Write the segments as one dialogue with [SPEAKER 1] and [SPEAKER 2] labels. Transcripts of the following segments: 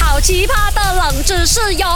[SPEAKER 1] 好奇葩的冷知识哟！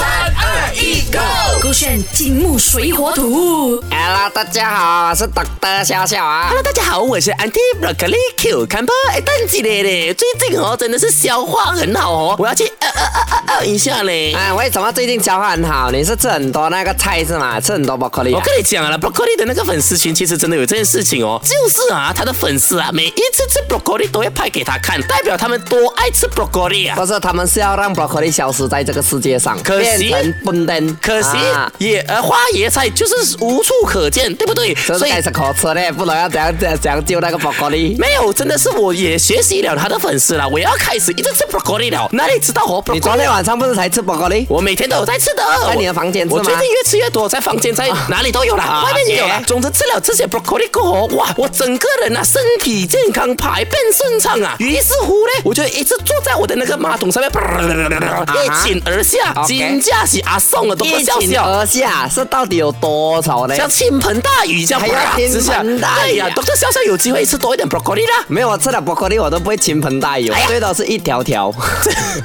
[SPEAKER 1] 三
[SPEAKER 2] 二一，Go！
[SPEAKER 1] 勾选金木水火土。
[SPEAKER 2] Hello，大家好，我是 Dr. 小小啊。
[SPEAKER 3] Hello，大家好，我是 Anti Broccoli Q c a m b e r 哎，淡季嘞嘞，最近哦真的是消化很好哦，我要去呃呃呃呃呃一下嘞。
[SPEAKER 2] 哎，为什么最近消化很好？你是吃很多那个菜是吗？吃很多 broccoli
[SPEAKER 3] 我
[SPEAKER 2] 啊、
[SPEAKER 3] 跟你讲啊，Broccoli 的那个粉丝群其实真的有这件事情哦，就是啊，他的粉丝啊，每一次吃 Broccoli 都要拍给他看，代表他们多爱吃 Broccoli 啊。
[SPEAKER 2] 不是，他们是要让 broccoli 消失在这个世界上，
[SPEAKER 3] 可惜
[SPEAKER 2] 变成笨蛋。
[SPEAKER 3] 可惜、
[SPEAKER 2] 啊
[SPEAKER 3] 野呃花椰菜就是无处可见，对不对？
[SPEAKER 2] 就是开始可吃嘞，不然要怎样怎样怎样救那个 broccoli？
[SPEAKER 3] 没有，真的是我也学习了他的粉丝了，我要开始一直吃 broccoli 了。哪里知道我 broccoli？啊
[SPEAKER 2] 你昨天晚上不是才吃 broccoli？
[SPEAKER 3] 我每天都有在吃的，
[SPEAKER 2] 在你的房间吃
[SPEAKER 3] 我
[SPEAKER 2] 吗
[SPEAKER 3] 最近越吃越多，在房间在哪里都有啦，
[SPEAKER 2] 啊
[SPEAKER 3] 外面也有啦
[SPEAKER 2] 姐。
[SPEAKER 3] 总之吃了这些 broccoli 过后，哇，我整个人啊身体健康，排便顺畅啊。于是乎呢，我就一直坐在我的那个马桶上面，
[SPEAKER 2] 哈
[SPEAKER 3] 一饮而下，
[SPEAKER 2] OK
[SPEAKER 3] 金架起阿宋了，都不
[SPEAKER 2] 一
[SPEAKER 3] 笑
[SPEAKER 2] 饮
[SPEAKER 3] 笑。
[SPEAKER 2] 而下，是到底有多少嘞？
[SPEAKER 3] 像倾盆大雨这样，
[SPEAKER 2] 还要
[SPEAKER 3] 啪
[SPEAKER 2] 倾
[SPEAKER 3] 之下
[SPEAKER 2] 盆大
[SPEAKER 3] 对
[SPEAKER 2] 雨
[SPEAKER 3] 呀
[SPEAKER 2] 啊，
[SPEAKER 3] 都是笑笑有机会吃多一点 broccoli 啦。
[SPEAKER 2] 没有，我吃了 broccoli 我都不会倾盆大
[SPEAKER 3] 哎
[SPEAKER 2] 雨，我最多是一条 条。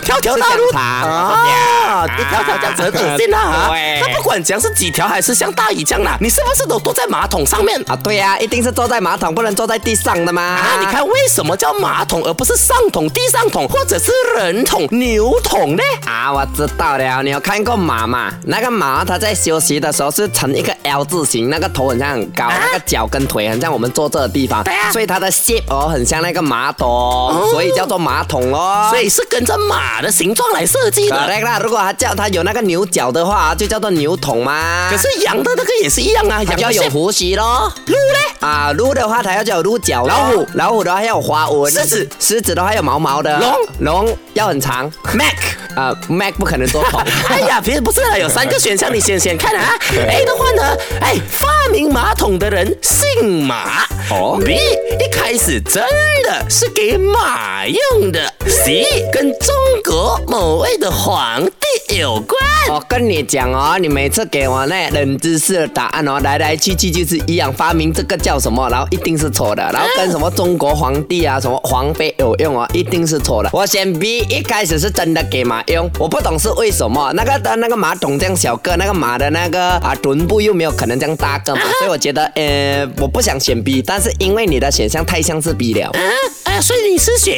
[SPEAKER 3] 条条大路
[SPEAKER 2] 是香肠
[SPEAKER 3] 啊，一条条这样子很恶心啦、啊。
[SPEAKER 2] 对
[SPEAKER 3] 那不管讲是几条还是像大雨这样啦，你是不是都坐在马桶上面？
[SPEAKER 2] 啊，对呀、一定是坐在马桶，不能坐在地上的嘛。
[SPEAKER 3] 啊，你看为什么叫马桶而不是上桶、地上桶或者是人桶、牛桶呢？
[SPEAKER 2] 啊，我知道了，你有看过马吗？那个马它在休息的时候是呈一个 L 字形，那个头很像很高，那个脚跟腿很像我们坐这的地方，
[SPEAKER 3] 啊对啊
[SPEAKER 2] 所以它的 shape 哦很像那个马桶，所以叫做马桶咯。
[SPEAKER 3] 所以是跟着马的形状来设计
[SPEAKER 2] c o
[SPEAKER 3] 的。
[SPEAKER 2] 啦，如果它叫它有那个牛角的话，就叫做牛桶嘛。
[SPEAKER 3] 可是羊的那个也是一样啊，
[SPEAKER 2] 它
[SPEAKER 3] 羊
[SPEAKER 2] 就要
[SPEAKER 3] 的
[SPEAKER 2] 有
[SPEAKER 3] 是
[SPEAKER 2] 胡须咯。
[SPEAKER 3] 鹿嘞。
[SPEAKER 2] 啊，鹿的话它要叫有鹿角咯，
[SPEAKER 3] 老虎
[SPEAKER 2] 老虎的话要有花纹，
[SPEAKER 3] 狮子
[SPEAKER 2] 狮子的话要毛毛的，
[SPEAKER 3] 龙
[SPEAKER 2] 龙要很长
[SPEAKER 3] Mac，
[SPEAKER 2] 啊，Mac 不可能 做桶。
[SPEAKER 3] 哎呀，别不是啦，有三个选项，你选选看啊。A 的话呢，哎，发明马桶的人姓马。
[SPEAKER 2] 哦
[SPEAKER 3] B 一开始真的是给马用的。C 跟中国某位的皇帝有关。
[SPEAKER 2] 我跟你讲 哦，你每次给我那冷知识的答案哦，来来去去就是一样，发明这个叫什么，然后一定是错的，然后跟什么中国皇帝啊、什么皇妃有用哦，一定是错的。我选 B，一开始是真的给马用，我不懂是为什么，那个的那个马桶这样小个，那个马的那个啊臀部又没有可能这样大个嘛，所以我觉得 呃我不想选 B，但是因为你的选项太像是 B 了。
[SPEAKER 3] 啊，哎呀，所以你是选？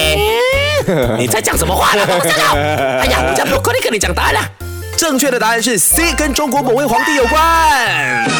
[SPEAKER 3] 你在讲什么话呢？我不知道。哎呀，我叫 Broccoli 跟你讲答案啊了。
[SPEAKER 4] 正确的答案是 C，跟中国某位皇帝有关。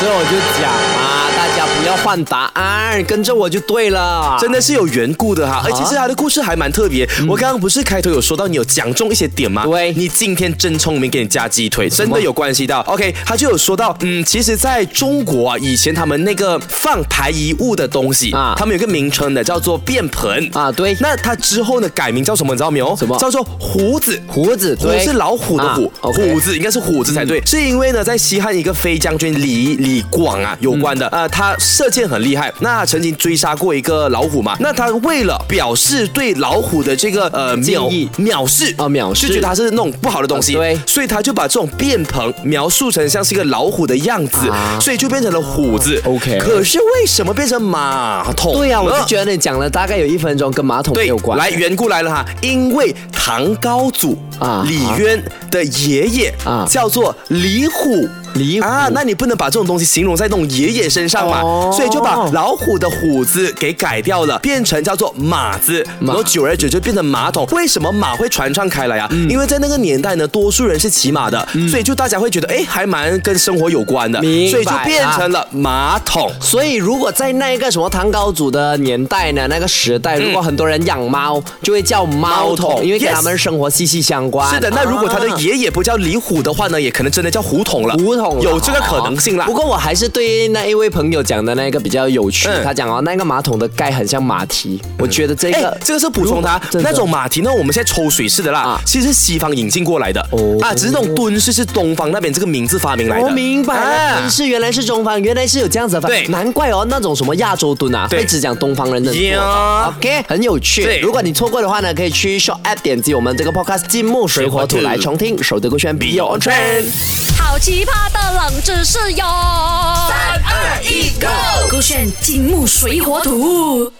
[SPEAKER 2] 所以我就讲啊，大家不要换答案，跟着我就对了。
[SPEAKER 4] 真的是有缘故
[SPEAKER 2] 啊
[SPEAKER 4] 的哈，而其实他的故事还蛮特别。
[SPEAKER 2] 嗯
[SPEAKER 4] 我刚刚不是开头有说到你有讲中一些点吗？
[SPEAKER 2] 对
[SPEAKER 4] 你今天真聪明，给你加鸡腿，真的有关系到。OK，他就有说到，嗯，其实在中国啊，以前他们那个放排遗物的东西
[SPEAKER 2] 啊
[SPEAKER 4] 啊，他们有个名称的，叫做便盆
[SPEAKER 2] 啊对
[SPEAKER 4] 那它之后呢，改名叫什么？你知道没有？
[SPEAKER 2] 什么
[SPEAKER 4] 叫做胡子。
[SPEAKER 2] 胡子
[SPEAKER 4] 虎
[SPEAKER 2] 对
[SPEAKER 4] 是老虎的虎
[SPEAKER 2] 啊，，OK 嗯
[SPEAKER 4] 虎子应该是虎子才对，是因为呢，在西汉一个飞将军李李广啊
[SPEAKER 2] 嗯
[SPEAKER 4] 有关的，呃，他射箭很厉害，那他曾经追杀过一个老虎嘛，那他为了表示对老虎的这个呃
[SPEAKER 2] 敬
[SPEAKER 4] 藐
[SPEAKER 2] 意
[SPEAKER 4] 藐视
[SPEAKER 2] 啊藐视
[SPEAKER 4] 就觉得它是那种不好的东西，
[SPEAKER 2] 啊对
[SPEAKER 4] 所以他就把这种便盆描述成像是一个老虎的样子，
[SPEAKER 2] 啊
[SPEAKER 4] 所以就变成了虎子。
[SPEAKER 2] OK
[SPEAKER 4] 可是为什么变成马桶呢？
[SPEAKER 2] 对啊呀、我就觉得你讲了大概有一分钟跟马桶
[SPEAKER 4] 对，
[SPEAKER 2] 有关。
[SPEAKER 4] 来，缘故来了哈，因为唐高祖
[SPEAKER 2] 啊
[SPEAKER 4] 啊，李渊的爷爷啊，
[SPEAKER 2] 啊
[SPEAKER 4] 叫做李虎。
[SPEAKER 2] 李虎
[SPEAKER 4] 啊，那你不能把这种东西形容在那种爷爷身上嘛，
[SPEAKER 2] 哦
[SPEAKER 4] 所以就把老虎的虎字给改掉了，变成叫做马字，然后久而久之变成马桶。为什么马会传唱开来啊？
[SPEAKER 2] 嗯
[SPEAKER 4] 因为在那个年代呢，多数人是骑马的，所以就大家会觉得，哎，还蛮跟生活有关的，
[SPEAKER 2] 明白
[SPEAKER 4] 所以就变成了马桶。
[SPEAKER 2] 所以如果在那个什么唐高祖的年代呢，那个时代，如果很多人养猫，就会叫猫
[SPEAKER 4] 嗯猫
[SPEAKER 2] 桶，
[SPEAKER 4] 桶
[SPEAKER 2] 因为跟
[SPEAKER 4] yes
[SPEAKER 2] 他们生活息息相关。
[SPEAKER 4] 是的，那如果他的
[SPEAKER 2] 啊
[SPEAKER 4] 爷爷不叫李虎的话呢，也可能真的叫胡同了。
[SPEAKER 2] 胡桶了哦
[SPEAKER 4] 有这个可能性啦。
[SPEAKER 2] 不过我还是对那一位朋友讲的那个比较有趣，
[SPEAKER 4] 嗯
[SPEAKER 2] 他讲哦，那个马桶的盖很像马蹄，我觉得这
[SPEAKER 4] 哎
[SPEAKER 2] 个，
[SPEAKER 4] 这个是补充它
[SPEAKER 2] 真的
[SPEAKER 4] 那种马蹄呢，我们现在抽水式的啦，
[SPEAKER 2] 啊
[SPEAKER 4] 其实是西方引进过来的
[SPEAKER 2] 哦
[SPEAKER 4] 啊，只是那种蹲式是东方那边这个名字发明来的。
[SPEAKER 2] 我明白了，
[SPEAKER 4] 啊
[SPEAKER 2] 真是原来是中方，原来是有这样子的方，
[SPEAKER 4] 对
[SPEAKER 2] 难怪哦，那种什么亚洲蹲啊，
[SPEAKER 4] 对
[SPEAKER 2] 会只讲东方人的做法。
[SPEAKER 4] 呀
[SPEAKER 2] OK，很有趣。
[SPEAKER 4] 对
[SPEAKER 2] 如果你错过的话呢，可以去 s h o p App 点击我们这个 Podcast《金木水火土》来重听。守得歌轩 Beyond Trend。
[SPEAKER 1] 好奇葩的冷知识哟！三二一，Go！勾选金木水火土。